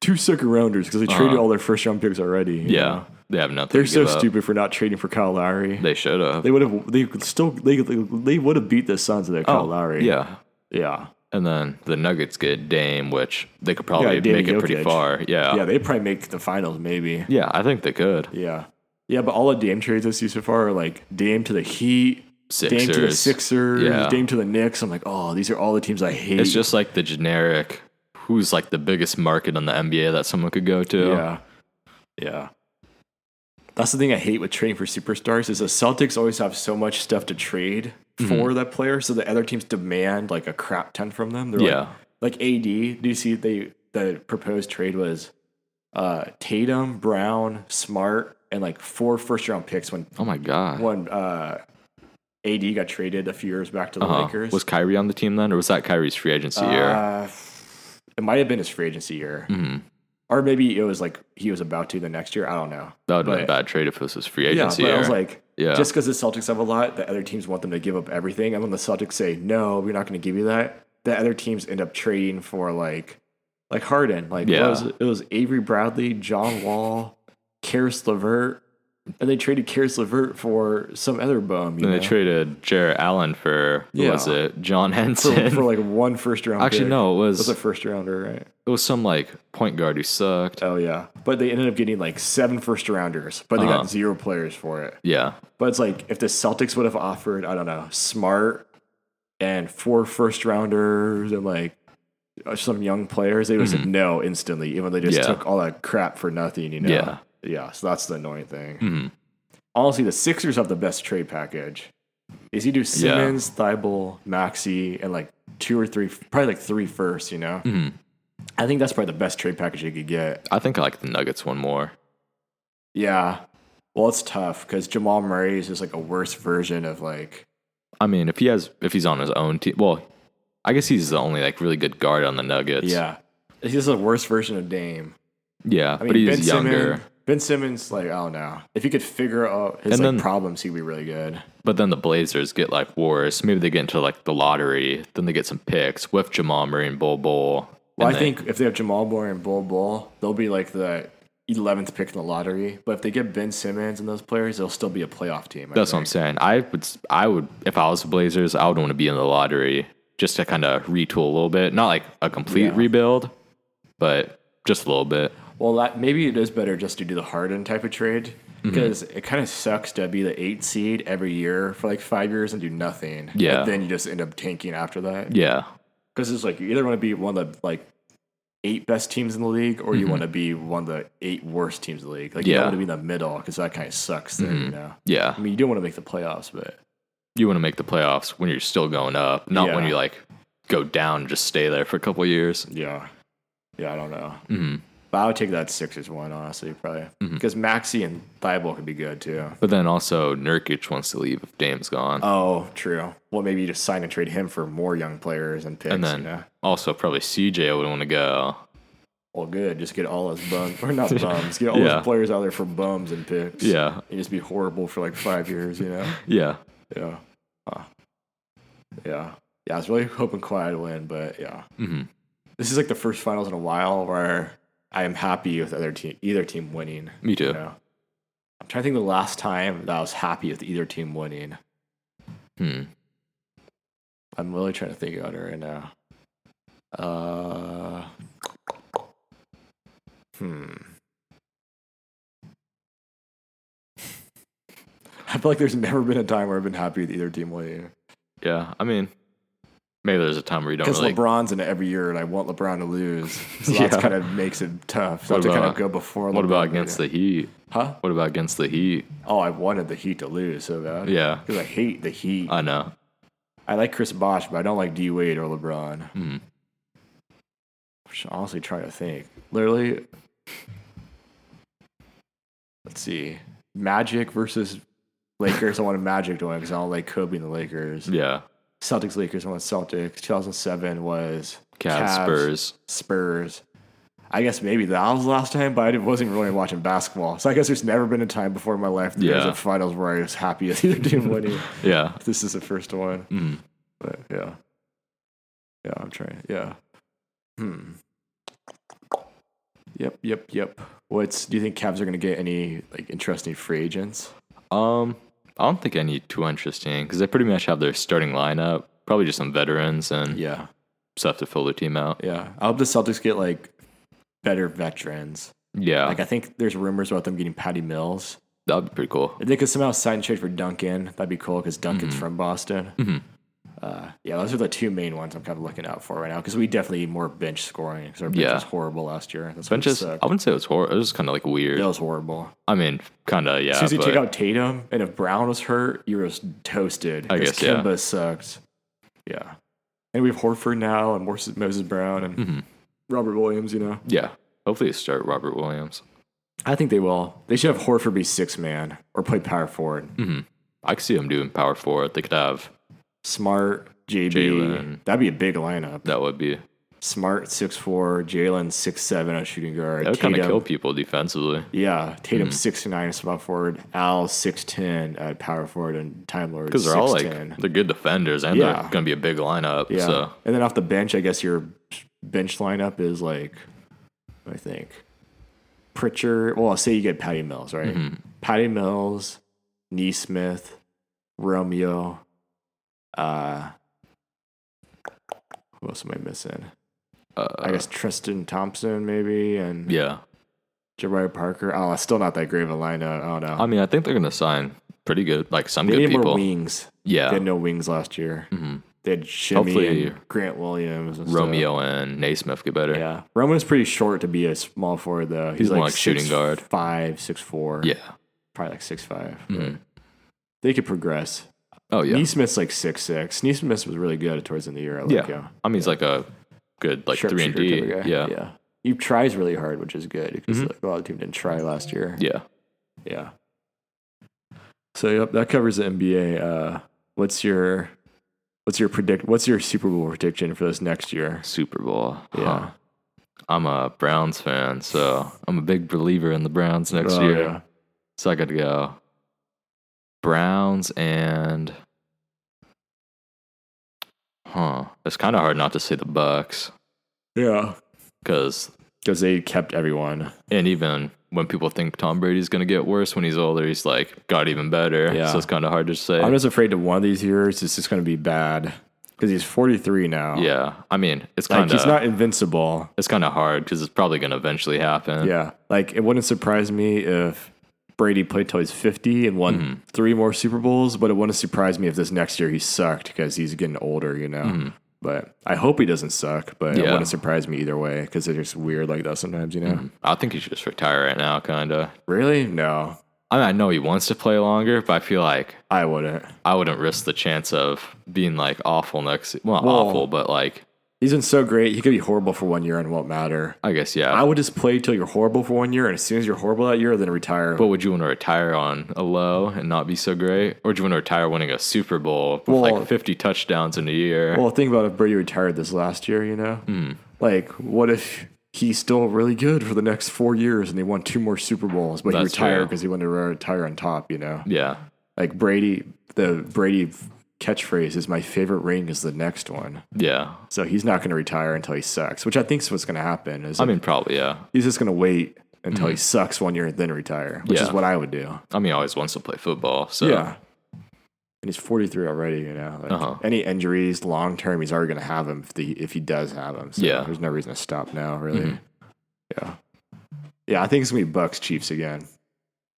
[SPEAKER 1] two second rounders because they traded all their first round picks already. you
[SPEAKER 2] Uh-huh. yeah,
[SPEAKER 1] know?
[SPEAKER 2] they have nothing.
[SPEAKER 1] they're
[SPEAKER 2] to
[SPEAKER 1] so
[SPEAKER 2] give up.
[SPEAKER 1] stupid for not trading for Kyle Lowry. They,
[SPEAKER 2] They should have.
[SPEAKER 1] would have. They could still. They they would have beat the Suns with Kyle Lowry.
[SPEAKER 2] Oh, Yeah,
[SPEAKER 1] yeah.
[SPEAKER 2] and then the Nuggets get Dame, which they could probably
[SPEAKER 1] Dame
[SPEAKER 2] make it pretty
[SPEAKER 1] Jokic.
[SPEAKER 2] far. Yeah,
[SPEAKER 1] Yeah, they probably make the finals, maybe.
[SPEAKER 2] Yeah, I think they could.
[SPEAKER 1] Yeah. Yeah, but all the Dame trades I see so far are like Dame to the Heat, Dame to the
[SPEAKER 2] Sixers.
[SPEAKER 1] Sixers,
[SPEAKER 2] Yeah.
[SPEAKER 1] Dame to the Knicks. I'm like, oh, these are all the teams I hate.
[SPEAKER 2] It's just like the generic who's like the biggest market on the NBA that someone could go to.
[SPEAKER 1] yeah, yeah. That's the thing I hate with trading for superstars is the Celtics always have so much stuff to trade
[SPEAKER 2] Mm-hmm.
[SPEAKER 1] for that player, so the other teams demand like a crap ton from them. They're
[SPEAKER 2] Yeah.
[SPEAKER 1] like, like AD. Do you see they the proposed trade was uh, Tatum, Brown, Smart, and like four first round picks when
[SPEAKER 2] Oh my god.
[SPEAKER 1] when uh, AD got traded a few years back to the
[SPEAKER 2] Uh-huh.
[SPEAKER 1] Lakers.
[SPEAKER 2] Was Kyrie on the team then, or was that Kyrie's free agency year?
[SPEAKER 1] Uh, it might have been his free agency year,
[SPEAKER 2] Mm-hmm.
[SPEAKER 1] or maybe it was like he was about to the next year. I don't know.
[SPEAKER 2] That would have been a
[SPEAKER 1] but-
[SPEAKER 2] bad trade if it was his free
[SPEAKER 1] Yeah,
[SPEAKER 2] agency
[SPEAKER 1] but
[SPEAKER 2] year.
[SPEAKER 1] I was like,
[SPEAKER 2] Yeah.
[SPEAKER 1] just because the Celtics have a lot, the other teams want them to give up everything, and when the Celtics say no, we're not going to give you that, the other teams end up trading for like, like Harden, like what
[SPEAKER 2] Yeah.
[SPEAKER 1] was it? it was Avery Bradley, John Wall, Karis LeVert, and they traded Karis LeVert for some other bum. You
[SPEAKER 2] and
[SPEAKER 1] know?
[SPEAKER 2] they traded Jarrett Allen for what was
[SPEAKER 1] Yeah.
[SPEAKER 2] it? John Henson.
[SPEAKER 1] for, for like one first round.
[SPEAKER 2] Actually,
[SPEAKER 1] pick.
[SPEAKER 2] no, it
[SPEAKER 1] it was
[SPEAKER 2] was
[SPEAKER 1] a first rounder, right?
[SPEAKER 2] it was some like point guard who sucked.
[SPEAKER 1] Oh yeah, but they ended up getting like seven first rounders, but they
[SPEAKER 2] Uh-huh.
[SPEAKER 1] got zero players for it.
[SPEAKER 2] Yeah.
[SPEAKER 1] But it's like if the Celtics would have offered, I don't know, Smart and four first rounders and like uh, some young players, they would have said no instantly, even though they just
[SPEAKER 2] Mm-hmm. Yeah.
[SPEAKER 1] took all that crap for nothing. You know?
[SPEAKER 2] Yeah.
[SPEAKER 1] yeah. So that's the annoying thing.
[SPEAKER 2] Mhm.
[SPEAKER 1] Honestly, the Sixers have the best trade package. Is you do Simmons, Thibault, Maxi, and like two or three, probably like three firsts, you know?
[SPEAKER 2] Mm-hmm.
[SPEAKER 1] I think that's probably the best trade package you could get.
[SPEAKER 2] I think I like the Nuggets one more.
[SPEAKER 1] Yeah. Well, it's tough because Jamal Murray is just like a worse version of like,
[SPEAKER 2] I mean, if he has if he's on his own team well, I guess he's the only like really good guard on the Nuggets.
[SPEAKER 1] yeah. He's just a worse version of Dame.
[SPEAKER 2] Yeah.
[SPEAKER 1] I mean,
[SPEAKER 2] but he's
[SPEAKER 1] ben
[SPEAKER 2] younger.
[SPEAKER 1] Simmons, ben Simmons, like, I don't know. If he could figure out his like,
[SPEAKER 2] And then-
[SPEAKER 1] problems, he'd be really good.
[SPEAKER 2] But then the Blazers get like worse. Maybe they get into like the lottery. Then they get some picks with Jamal Murray and Bull Bull.
[SPEAKER 1] Well,
[SPEAKER 2] And
[SPEAKER 1] I
[SPEAKER 2] they-
[SPEAKER 1] think if they have Jamal Murray and Bull Bull, they'll be like the 11th pick in the lottery. But if they get Ben Simmons and those players, they'll still be a playoff team. I
[SPEAKER 2] that's what
[SPEAKER 1] think.
[SPEAKER 2] I'm saying. I would, s- I would, if I was the Blazers, I would want to be in the lottery just to kind of retool a little bit. Not like a complete
[SPEAKER 1] Yeah.
[SPEAKER 2] rebuild, but just a little bit.
[SPEAKER 1] Well, that, maybe it is better just to do the Harden type of trade
[SPEAKER 2] Mm-hmm.
[SPEAKER 1] because it kind of sucks to be the eight seed every year for like five years and do nothing. But
[SPEAKER 2] Yeah.
[SPEAKER 1] then you just end up tanking after that
[SPEAKER 2] Yeah,
[SPEAKER 1] because it's like you either want to be one of the like eight best teams in the league, or you want to be one of the eight worst teams in the league. Like you
[SPEAKER 2] Mm-hmm. Yeah.
[SPEAKER 1] don't
[SPEAKER 2] Mm-hmm.
[SPEAKER 1] want to be in the middle because that kind of sucks. There, you know.
[SPEAKER 2] Yeah.
[SPEAKER 1] I mean, you do want to make the playoffs, but
[SPEAKER 2] You want to make the playoffs when you're still going up, not when
[SPEAKER 1] Yeah.
[SPEAKER 2] you like go down and just stay there for a couple years.
[SPEAKER 1] yeah, yeah, I don't know.
[SPEAKER 2] hmm
[SPEAKER 1] But I would take that Sixers one honestly, probably
[SPEAKER 2] Mm-hmm.
[SPEAKER 1] because Maxi and Thibault could be good too.
[SPEAKER 2] But then also Nurkic wants to leave if Dame's gone.
[SPEAKER 1] Oh, true. Well, maybe you just sign and trade him for more young players and picks.
[SPEAKER 2] and then
[SPEAKER 1] you know?
[SPEAKER 2] also probably CJ would want to go.
[SPEAKER 1] Well, good. Just get all those bums, or not bums. Get all
[SPEAKER 2] Yeah.
[SPEAKER 1] those players out there for bums and picks.
[SPEAKER 2] Yeah.
[SPEAKER 1] and just be horrible for like five years. You know.
[SPEAKER 2] Yeah.
[SPEAKER 1] Yeah. Huh. Yeah. Yeah, I was really hoping Kawhi to win, but yeah.
[SPEAKER 2] Mhm.
[SPEAKER 1] This is like the first finals in a while where I am happy with other team, either team winning.
[SPEAKER 2] Me too.
[SPEAKER 1] You know? I'm trying to think the last time that I was happy with either team winning.
[SPEAKER 2] Hmm.
[SPEAKER 1] I'm really trying to think about it right now. Uh, hmm. I feel like there's never been a time where I've been happy with either team winning.
[SPEAKER 2] Yeah. I mean, maybe there's a time where you don't
[SPEAKER 1] Because
[SPEAKER 2] really.
[SPEAKER 1] LeBron's in it every year, and I want LeBron to lose. So that's
[SPEAKER 2] Yeah.
[SPEAKER 1] kind of makes it tough. So I
[SPEAKER 2] What
[SPEAKER 1] have to kind
[SPEAKER 2] about-
[SPEAKER 1] of go before.
[SPEAKER 2] what about
[SPEAKER 1] LeBron,
[SPEAKER 2] against
[SPEAKER 1] yeah.
[SPEAKER 2] the Heat?
[SPEAKER 1] Huh?
[SPEAKER 2] What about against the Heat?
[SPEAKER 1] Oh, I wanted the Heat to lose so bad.
[SPEAKER 2] Yeah.
[SPEAKER 1] Because I hate the Heat.
[SPEAKER 2] I know.
[SPEAKER 1] I like Chris Bosh, but I don't like D Wade or LeBron. I'm
[SPEAKER 2] Mhm.
[SPEAKER 1] just honestly trying to think. Literally, let's see. Magic versus Lakers. I wanted Magic to win because I don't like Kobe and the Lakers.
[SPEAKER 2] Yeah.
[SPEAKER 1] Celtics Lakers. I want Celtics. 2007 was
[SPEAKER 2] Cavs, Spurs.
[SPEAKER 1] Spurs. I guess maybe that was the last time, but I wasn't really watching basketball. So I guess there's never been a time before in my life that there's
[SPEAKER 2] Yeah.
[SPEAKER 1] a finals where I was happy as either team winning.
[SPEAKER 2] Yeah.
[SPEAKER 1] This is the first one.
[SPEAKER 2] Mm.
[SPEAKER 1] But yeah. Yeah, I'm trying. Yeah. Hmm. Yep, yep, yep. What's do you think Cavs are gonna get any like interesting free agents?
[SPEAKER 2] Um, I don't think any too interesting because they pretty much have their starting lineup. Probably just some veterans and
[SPEAKER 1] Yeah.
[SPEAKER 2] stuff to fill their team out.
[SPEAKER 1] Yeah. I hope the Celtics get like better veterans.
[SPEAKER 2] Yeah,
[SPEAKER 1] Like I think there's rumors about them getting Patty Mills.
[SPEAKER 2] that'd be pretty cool.
[SPEAKER 1] If they could somehow sign and trade for Duncan, that'd be cool because
[SPEAKER 2] Mm-hmm.
[SPEAKER 1] Duncan's from Boston. Uh, yeah, those are the two main ones I'm kind of looking out for right now because we definitely need more bench scoring because our bench
[SPEAKER 2] Yeah.
[SPEAKER 1] was horrible last year. That's
[SPEAKER 2] Benches,
[SPEAKER 1] What
[SPEAKER 2] I
[SPEAKER 1] sucked.
[SPEAKER 2] wouldn't say it was horrible. It was kind of like weird.
[SPEAKER 1] That was horrible.
[SPEAKER 2] I mean, kind of yeah.
[SPEAKER 1] As soon as you take
[SPEAKER 2] but-
[SPEAKER 1] out Tatum, and if Brown was hurt, you were just toasted.
[SPEAKER 2] I
[SPEAKER 1] 'cause
[SPEAKER 2] guess, yeah.
[SPEAKER 1] Kemba sucks. Yeah. And we have Horford now and Moses Moses Brown and
[SPEAKER 2] Mm-hmm.
[SPEAKER 1] Robert Williams, you know.
[SPEAKER 2] yeah. Hopefully, you start Robert Williams.
[SPEAKER 1] I think they will. They should have Horford be six man or play power forward.
[SPEAKER 2] Mm. I could see them doing power forward. They could have
[SPEAKER 1] Smart, JB.
[SPEAKER 2] Jalen.
[SPEAKER 1] That'd be a big lineup.
[SPEAKER 2] that would be
[SPEAKER 1] Smart, six four, Jalen, six seven on shooting guard.
[SPEAKER 2] that would kind of
[SPEAKER 1] Tatum-
[SPEAKER 2] kill people Mm-hmm. defensively.
[SPEAKER 1] Yeah, Tatum six nine spot forward, Al six ten at power forward, and Time Lord
[SPEAKER 2] Because they're all like
[SPEAKER 1] 6'10".
[SPEAKER 2] they're good defenders and
[SPEAKER 1] Yeah.
[SPEAKER 2] they're going to be a big lineup.
[SPEAKER 1] Yeah.
[SPEAKER 2] So
[SPEAKER 1] And then off the bench, I guess your bench lineup is like, I think, Pritchard. Well, say you get Patty Mills, right?
[SPEAKER 2] Mm-hmm.
[SPEAKER 1] Patty Mills, Neesmith, Romeo. Uh, who else am I missing?
[SPEAKER 2] uh,
[SPEAKER 1] I guess Tristan Thompson, maybe, and
[SPEAKER 2] yeah.
[SPEAKER 1] Jabari Parker. Oh, it's still not that great of a lineup. I don't know.
[SPEAKER 2] I mean, I think they're going to sign pretty good, like some
[SPEAKER 1] they
[SPEAKER 2] good
[SPEAKER 1] need more
[SPEAKER 2] people.
[SPEAKER 1] wings. They
[SPEAKER 2] Yeah, Mm-hmm.
[SPEAKER 1] had no wings last year. They had Shimmy
[SPEAKER 2] Hopefully-
[SPEAKER 1] and Grant Williams and stuff.
[SPEAKER 2] Romeo and Naismith get better.
[SPEAKER 1] Yeah, Roman's pretty short to be a small forward though. He's,
[SPEAKER 2] more like shooting guard.
[SPEAKER 1] five, six four.
[SPEAKER 2] Yeah.
[SPEAKER 1] probably like six five.
[SPEAKER 2] Mhm.
[SPEAKER 1] They could progress.
[SPEAKER 2] Oh yeah.
[SPEAKER 1] Neesmith's like six six. Neesmith was really good towards the end of the year. I like
[SPEAKER 2] yeah.
[SPEAKER 1] him.
[SPEAKER 2] I mean, he's like a good like three and D.
[SPEAKER 1] Sharpshooter type of guy.
[SPEAKER 2] Yeah. Mm-hmm. yeah.
[SPEAKER 1] yeah. He tries really hard, which is good because like, a lot of team didn't try last year. Yeah. So yep, that covers the NBA. Uh, what's your what's your predict? What's your Super Bowl prediction for this next year?
[SPEAKER 2] Super Bowl.
[SPEAKER 1] Yeah.
[SPEAKER 2] Huh. I'm a Browns fan, so I'm a big believer in the Browns next
[SPEAKER 1] Oh,
[SPEAKER 2] year.
[SPEAKER 1] yeah.
[SPEAKER 2] So I got to go Browns and huh. It's kind of hard not to say the Bucks
[SPEAKER 1] Yeah,
[SPEAKER 2] because
[SPEAKER 1] because they kept everyone.
[SPEAKER 2] and even when people think Tom Brady's gonna get worse when he's older, he's like got even better.
[SPEAKER 1] Yeah.
[SPEAKER 2] So it's kind of hard to say.
[SPEAKER 1] I'm just afraid that one of these years it's just going to be bad because he's 43 now.
[SPEAKER 2] yeah. I mean, it's
[SPEAKER 1] like
[SPEAKER 2] kind of
[SPEAKER 1] he's not invincible.
[SPEAKER 2] it's kind of hard because it's probably going to eventually happen.
[SPEAKER 1] Yeah, like it wouldn't surprise me if Brady played till he's 50 and won
[SPEAKER 2] Mm-hmm.
[SPEAKER 1] three more Super Bowls, but it wouldn't surprise me if this next year he sucked because he's getting older. You know, But I hope he doesn't suck, but it
[SPEAKER 2] Mm-hmm. Yeah. Mm-hmm.
[SPEAKER 1] wouldn't surprise me either way because it's just weird like that sometimes, you know?
[SPEAKER 2] I think he should just retire right now, kind of.
[SPEAKER 1] Really? No,
[SPEAKER 2] I mean, I know he wants to play longer, but I feel like
[SPEAKER 1] I wouldn't.
[SPEAKER 2] I wouldn't risk the chance of being like awful next. Well, not
[SPEAKER 1] Well-
[SPEAKER 2] awful, but like
[SPEAKER 1] He's been so great. He could be horrible for one year and it won't matter.
[SPEAKER 2] I guess yeah.
[SPEAKER 1] I would just play till you're horrible for one year, and as soon as you're horrible that year, then retire.
[SPEAKER 2] but would you want to retire on a low and not be so great, or do you want to retire winning a Super Bowl with
[SPEAKER 1] Well-
[SPEAKER 2] like fifty touchdowns in a year?
[SPEAKER 1] well, think about if Brady retired this last year, you know?
[SPEAKER 2] Hmm.
[SPEAKER 1] Like, what if he's still really good for the next four years and he won two more Super Bowls, but
[SPEAKER 2] That's
[SPEAKER 1] he retired
[SPEAKER 2] true.
[SPEAKER 1] because he wanted to retire on top, you know?
[SPEAKER 2] yeah,
[SPEAKER 1] Like, Brady, the Brady catchphrase is my favorite ring is the next one.
[SPEAKER 2] yeah.
[SPEAKER 1] So he's not going to retire until he sucks, which I think is what's going to happen. Is
[SPEAKER 2] I mean, probably yeah.
[SPEAKER 1] he's just going to wait until he sucks one year and then retire, which is
[SPEAKER 2] Yeah.
[SPEAKER 1] what I would do.
[SPEAKER 2] I mean, he always wants to play football, so
[SPEAKER 1] Yeah. And he's 43 already, you know. Like
[SPEAKER 2] Uh-huh.
[SPEAKER 1] Any injuries long term, he's already going to have him if, the, if he does have him. So
[SPEAKER 2] Yeah. Mm-hmm.
[SPEAKER 1] there's no reason to stop now, really. Yeah. Yeah, I think it's going to be Bucks Chiefs again.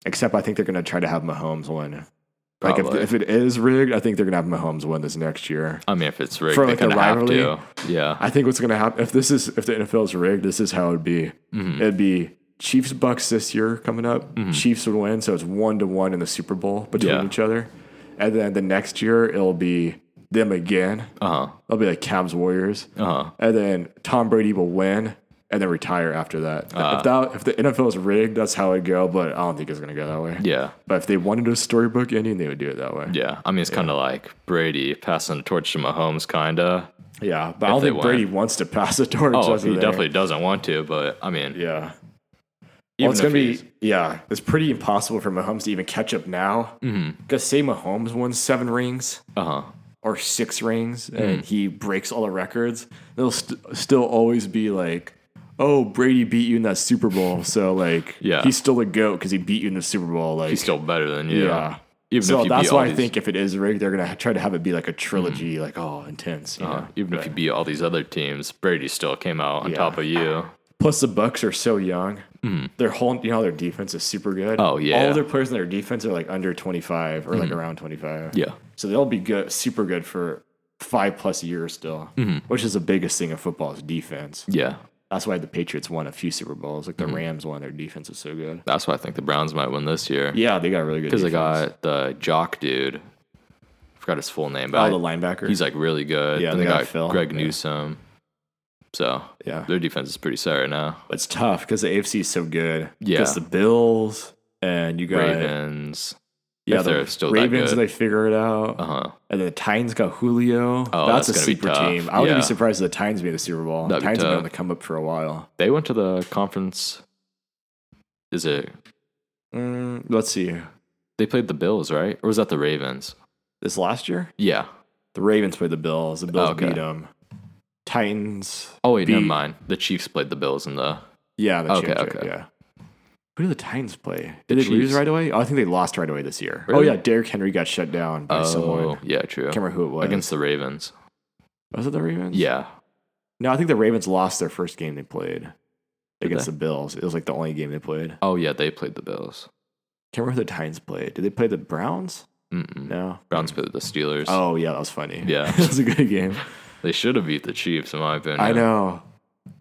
[SPEAKER 1] Except I think they're going to try to have Mahomes win. Like if,
[SPEAKER 2] Probably.
[SPEAKER 1] if it is rigged, I think they're going to have Mahomes win this next year.
[SPEAKER 2] I mean, if it's rigged,
[SPEAKER 1] For,
[SPEAKER 2] they
[SPEAKER 1] like, a
[SPEAKER 2] kind of have
[SPEAKER 1] rivalry?
[SPEAKER 2] to. Yeah,
[SPEAKER 1] I think what's going to happen if this is if the NFL is rigged, this is how it'd be.
[SPEAKER 2] Mm-hmm.
[SPEAKER 1] It'd be Chiefs Bucks this year coming up. Chiefs would win, so it's one to one in the Super Bowl between
[SPEAKER 2] Yeah.
[SPEAKER 1] each other, and then the next year it'll be them again.
[SPEAKER 2] uh huh,
[SPEAKER 1] It'll be like Cavs Warriors,
[SPEAKER 2] uh huh.
[SPEAKER 1] and then Tom Brady will win and then retire after that.
[SPEAKER 2] Uh.
[SPEAKER 1] if that if the NFL is rigged, that's how it'd go. But I don't think it's going to go that way.
[SPEAKER 2] Yeah,
[SPEAKER 1] But if they wanted a storybook ending, they would do it that way.
[SPEAKER 2] yeah. I mean, it's kind of like Brady passing the torch to Mahomes, kind of.
[SPEAKER 1] Yeah, but I don't
[SPEAKER 2] they
[SPEAKER 1] think Brady
[SPEAKER 2] win.
[SPEAKER 1] wants to pass the torch.
[SPEAKER 2] Oh,
[SPEAKER 1] over
[SPEAKER 2] he
[SPEAKER 1] there.
[SPEAKER 2] definitely doesn't want to, but I mean,
[SPEAKER 1] Yeah. Well,
[SPEAKER 2] even
[SPEAKER 1] it's
[SPEAKER 2] if
[SPEAKER 1] gonna be
[SPEAKER 2] he's-
[SPEAKER 1] yeah. It's pretty impossible for Mahomes to even catch up now.
[SPEAKER 2] Mm-hmm.
[SPEAKER 1] Because say Mahomes won seven rings
[SPEAKER 2] uh-huh.
[SPEAKER 1] or six rings,
[SPEAKER 2] Mm.
[SPEAKER 1] and he breaks all the records, they'll st- still always be like, "Oh, Brady beat you in that Super Bowl, so like,
[SPEAKER 2] Yeah.
[SPEAKER 1] he's still a goat because he beat you in the Super Bowl." Like,
[SPEAKER 2] He's still better than you.
[SPEAKER 1] yeah.
[SPEAKER 2] Even
[SPEAKER 1] so
[SPEAKER 2] if you
[SPEAKER 1] that's
[SPEAKER 2] beat all
[SPEAKER 1] why I
[SPEAKER 2] these- Mm-hmm.
[SPEAKER 1] think if it is rigged, they're gonna try to have it be like a trilogy, like oh, intense. You know?
[SPEAKER 2] uh, even if you beat all these other teams, Brady still came out on
[SPEAKER 1] Yeah.
[SPEAKER 2] top of you.
[SPEAKER 1] Plus, the Bucks are so young. Their whole, you know, their defense is super good.
[SPEAKER 2] Hmm. Oh, yeah. Hmm.
[SPEAKER 1] all their players in their defense are like under twenty five or like around twenty five.
[SPEAKER 2] Yeah.
[SPEAKER 1] so they'll be good, super good for five plus years still,
[SPEAKER 2] Mm-hmm.
[SPEAKER 1] which is the biggest thing of football is defense.
[SPEAKER 2] Yeah.
[SPEAKER 1] That's why the Patriots won a few Super Bowls. Like the
[SPEAKER 2] Mm-hmm.
[SPEAKER 1] Rams won, their defense was so good.
[SPEAKER 2] That's why I think the Browns might win this year.
[SPEAKER 1] Yeah, they got really good.
[SPEAKER 2] Because they
[SPEAKER 1] defense.
[SPEAKER 2] got the jock dude. forgot his full name,
[SPEAKER 1] all
[SPEAKER 2] but
[SPEAKER 1] Oh, the
[SPEAKER 2] I-
[SPEAKER 1] linebackers.
[SPEAKER 2] he's like really good.
[SPEAKER 1] Yeah,
[SPEAKER 2] Then
[SPEAKER 1] they
[SPEAKER 2] they
[SPEAKER 1] got
[SPEAKER 2] got
[SPEAKER 1] Phil.
[SPEAKER 2] Greg
[SPEAKER 1] Yeah.
[SPEAKER 2] Newsome. So
[SPEAKER 1] yeah,
[SPEAKER 2] their defense is pretty set right now.
[SPEAKER 1] it's tough because the AFC is so good.
[SPEAKER 2] Yeah.
[SPEAKER 1] because the Bills and you got
[SPEAKER 2] Ravens.
[SPEAKER 1] yeah
[SPEAKER 2] if
[SPEAKER 1] the
[SPEAKER 2] they're still that
[SPEAKER 1] Ravens.
[SPEAKER 2] good.
[SPEAKER 1] They figure it out.
[SPEAKER 2] Uh huh.
[SPEAKER 1] And then the Titans got Julio.
[SPEAKER 2] Oh,
[SPEAKER 1] that's,
[SPEAKER 2] that's
[SPEAKER 1] a
[SPEAKER 2] gonna be
[SPEAKER 1] super
[SPEAKER 2] tough.
[SPEAKER 1] team. I wouldn't
[SPEAKER 2] Yeah.
[SPEAKER 1] be surprised if the Titans made the Super Bowl.
[SPEAKER 2] That'd be
[SPEAKER 1] Titans have been
[SPEAKER 2] tough.
[SPEAKER 1] on the come up for a while.
[SPEAKER 2] They went to the conference. Is it?
[SPEAKER 1] Mm, let's see.
[SPEAKER 2] They played the Bills, right? Or was that the Ravens?
[SPEAKER 1] This last year,
[SPEAKER 2] Yeah.
[SPEAKER 1] the Ravens played the Bills. The Bills
[SPEAKER 2] Okay.
[SPEAKER 1] beat them. Titans.
[SPEAKER 2] Oh wait, never
[SPEAKER 1] beat-
[SPEAKER 2] mind. The Chiefs played the Bills in the.
[SPEAKER 1] Yeah, the
[SPEAKER 2] Okay,
[SPEAKER 1] championship,
[SPEAKER 2] okay.
[SPEAKER 1] Yeah. Who did the Titans play?
[SPEAKER 2] The
[SPEAKER 1] Did they lose
[SPEAKER 2] Chiefs.
[SPEAKER 1] right away? Oh, I think they lost right away this year.
[SPEAKER 2] Really?
[SPEAKER 1] Oh yeah, Derrick Henry got shut down by
[SPEAKER 2] Oh,
[SPEAKER 1] someone. I
[SPEAKER 2] yeah, true.
[SPEAKER 1] can't remember who it was.
[SPEAKER 2] Against the Ravens.
[SPEAKER 1] was it the Ravens?
[SPEAKER 2] Yeah.
[SPEAKER 1] No, I think the Ravens lost their first game they played against the Bills. It was like the only game they played.
[SPEAKER 2] Oh yeah, they played the Bills.
[SPEAKER 1] Can't remember who the Titans played. Did they play the Browns?
[SPEAKER 2] Mm-mm.
[SPEAKER 1] No.
[SPEAKER 2] Browns played the Steelers.
[SPEAKER 1] Oh yeah, that was funny.
[SPEAKER 2] Yeah.
[SPEAKER 1] that was a good game.
[SPEAKER 2] They should have beat the Chiefs, in my opinion.
[SPEAKER 1] I know.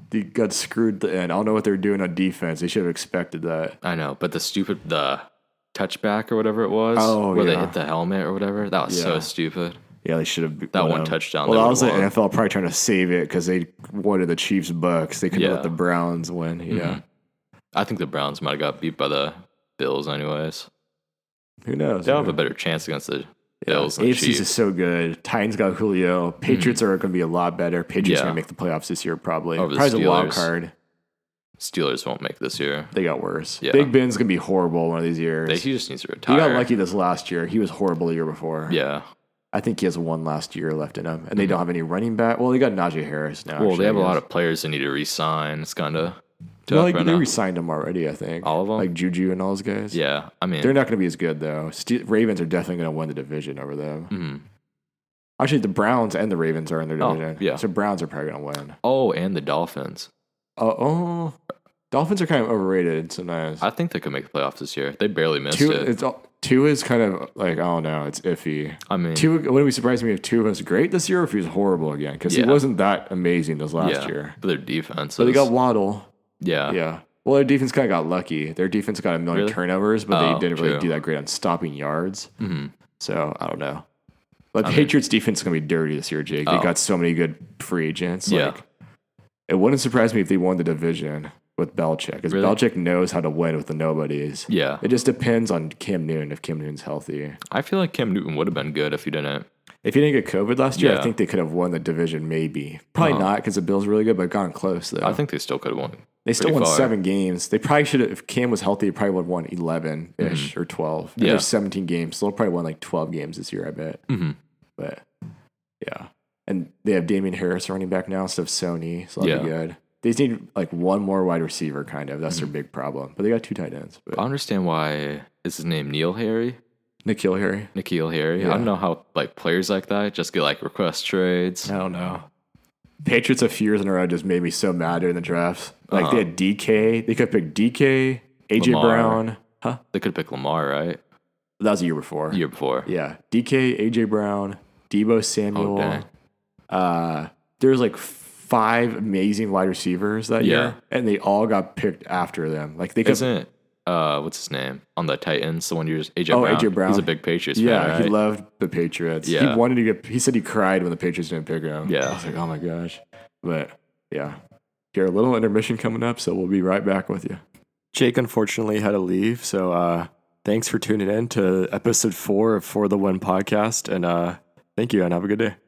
[SPEAKER 1] They got screwed at the end. I don't know what they were doing on defense. They should have expected that.
[SPEAKER 2] I know, but the stupid the touchback or whatever it was,
[SPEAKER 1] Oh,
[SPEAKER 2] where they
[SPEAKER 1] yeah.
[SPEAKER 2] hit the helmet or whatever, that was so
[SPEAKER 1] Yeah.
[SPEAKER 2] stupid.
[SPEAKER 1] Yeah, they should have
[SPEAKER 2] That one touchdown
[SPEAKER 1] Well,
[SPEAKER 2] they
[SPEAKER 1] that was the
[SPEAKER 2] would've won.
[SPEAKER 1] NFL probably trying to save it because they wanted the Chiefs Bucks. They could have
[SPEAKER 2] Yeah.
[SPEAKER 1] let the Browns win. Yeah,
[SPEAKER 2] I think the Browns might have got beat by the Bills, anyways.
[SPEAKER 1] who knows?
[SPEAKER 2] They'll Mm-hmm. have a better chance against the Bills than the
[SPEAKER 1] AFC's
[SPEAKER 2] Chiefs. Mm.
[SPEAKER 1] is so good. Titans got Julio. Patriots are going to be a lot better. Patriots
[SPEAKER 2] Yeah.
[SPEAKER 1] are going to make the playoffs this year probably.
[SPEAKER 2] Over the
[SPEAKER 1] probably as a wild
[SPEAKER 2] Steelers.
[SPEAKER 1] card.
[SPEAKER 2] Steelers won't make this year.
[SPEAKER 1] They got worse.
[SPEAKER 2] Yeah.
[SPEAKER 1] Big Ben's going to be horrible one of these years.
[SPEAKER 2] They, he just needs to
[SPEAKER 1] he
[SPEAKER 2] retire.
[SPEAKER 1] got lucky this last year. He was horrible the year before.
[SPEAKER 2] Yeah.
[SPEAKER 1] I think he has one last year left in him, and they don't have any running back. Well, they got Najee Harris now.
[SPEAKER 2] Mm-hmm. Well,
[SPEAKER 1] actually,
[SPEAKER 2] they have a
[SPEAKER 1] I
[SPEAKER 2] lot
[SPEAKER 1] guess.
[SPEAKER 2] of players they need to re-sign. It's kind of tough
[SPEAKER 1] No, like,
[SPEAKER 2] right
[SPEAKER 1] they
[SPEAKER 2] now.
[SPEAKER 1] re-signed him already. I think
[SPEAKER 2] All of 'em?
[SPEAKER 1] like Juju and all those guys.
[SPEAKER 2] yeah, I mean,
[SPEAKER 1] they're not going to be as good though. Ste Ravens are definitely going to win the division over them.
[SPEAKER 2] mhm.
[SPEAKER 1] Actually, the Browns and the Ravens are in their
[SPEAKER 2] Oh,
[SPEAKER 1] division.
[SPEAKER 2] yeah.
[SPEAKER 1] so Browns are probably going to win.
[SPEAKER 2] Oh, and the Dolphins.
[SPEAKER 1] Uh, oh, Dolphins are kind of overrated. So nice.
[SPEAKER 2] I think they could make the playoffs this year. They barely missed
[SPEAKER 1] Two,
[SPEAKER 2] it. Mm.
[SPEAKER 1] it's all, Two is kind of like I don't know, it's iffy.
[SPEAKER 2] I mean,
[SPEAKER 1] Two wouldn't be surprising me if two was great this year or if he was horrible again because
[SPEAKER 2] Yeah.
[SPEAKER 1] he wasn't that amazing this last
[SPEAKER 2] yeah,
[SPEAKER 1] year.
[SPEAKER 2] but their defense.
[SPEAKER 1] But they
[SPEAKER 2] is-
[SPEAKER 1] got Waddle.
[SPEAKER 2] yeah,
[SPEAKER 1] yeah. Well, their defense kind of got lucky. Their defense got a million
[SPEAKER 2] Oh. Really?
[SPEAKER 1] turnovers, but
[SPEAKER 2] Oh,
[SPEAKER 1] they didn't really
[SPEAKER 2] true.
[SPEAKER 1] do that great on stopping yards.
[SPEAKER 2] Mhm.
[SPEAKER 1] So I don't know. But the Patriots defense is gonna be dirty this year, Jake.
[SPEAKER 2] Oh.
[SPEAKER 1] They got so many good free agents.
[SPEAKER 2] Yeah.
[SPEAKER 1] Like, it wouldn't surprise me if they won the division with Belichick, because
[SPEAKER 2] Really?
[SPEAKER 1] Belichick knows how to win with the nobodies.
[SPEAKER 2] yeah.
[SPEAKER 1] It just depends on Cam Newton if Cam Newton's healthy.
[SPEAKER 2] I feel like Cam Newton would have been good if he didn't.
[SPEAKER 1] If he didn't get COVID last year,
[SPEAKER 2] Yeah.
[SPEAKER 1] I think they could have won the division, maybe. Probably
[SPEAKER 2] Uh-huh.
[SPEAKER 1] not because the Bills are really good, but gone close though.
[SPEAKER 2] I think they still could have won.
[SPEAKER 1] They still
[SPEAKER 2] pretty
[SPEAKER 1] won
[SPEAKER 2] far.
[SPEAKER 1] seven games. They probably should have, if Cam was healthy, they probably would have won 11 ish or 12. And
[SPEAKER 2] Mm-hmm. Yeah.
[SPEAKER 1] There's 17 games. So they'll probably won like 12 games this year, I bet.
[SPEAKER 2] Mhm.
[SPEAKER 1] But yeah. And they have Damian Harris running back now instead of Sony. So that'll be
[SPEAKER 2] Yeah. Mm-hmm.
[SPEAKER 1] good. They just need like one more wide receiver, kind of. That's their big problem. But they got two tight ends. But
[SPEAKER 2] I understand why is his name Neil Harry,
[SPEAKER 1] Nikhil Harry.
[SPEAKER 2] Nikhil Harry. I
[SPEAKER 1] Yeah.
[SPEAKER 2] don't know how like players like that just get like request trades.
[SPEAKER 1] I don't know. Patriots a few years in a row just made me so mad during the drafts. Like
[SPEAKER 2] Uh-huh.
[SPEAKER 1] they had DK. They could pick DK, AJ
[SPEAKER 2] Lamar.
[SPEAKER 1] Brown. Huh?
[SPEAKER 2] They could pick Lamar, right?
[SPEAKER 1] That was the year before.
[SPEAKER 2] The year before.
[SPEAKER 1] Yeah. DK, AJ Brown, Debo
[SPEAKER 2] Oh,
[SPEAKER 1] Samuel.
[SPEAKER 2] dang.
[SPEAKER 1] uh, there was like five amazing wide receivers that
[SPEAKER 2] Yeah.
[SPEAKER 1] year, and they all got picked after them. Like they could,
[SPEAKER 2] Isn't uh what's his name on the Titans? The one you just AJ.
[SPEAKER 1] Oh,
[SPEAKER 2] Brown.
[SPEAKER 1] A.J. Brown.
[SPEAKER 2] He's a big Patriots
[SPEAKER 1] yeah,
[SPEAKER 2] fan,
[SPEAKER 1] he
[SPEAKER 2] right?
[SPEAKER 1] loved the Patriots.
[SPEAKER 2] Yeah.
[SPEAKER 1] He wanted to get. He said he cried when the Patriots didn't pick him.
[SPEAKER 2] Yeah.
[SPEAKER 1] I was like, oh my gosh. But yeah, here a little intermission coming up, so we'll be right back with you. Jake unfortunately had to leave, so uh, thanks for tuning in to episode four of For the One podcast, and uh, thank you, and have a good day.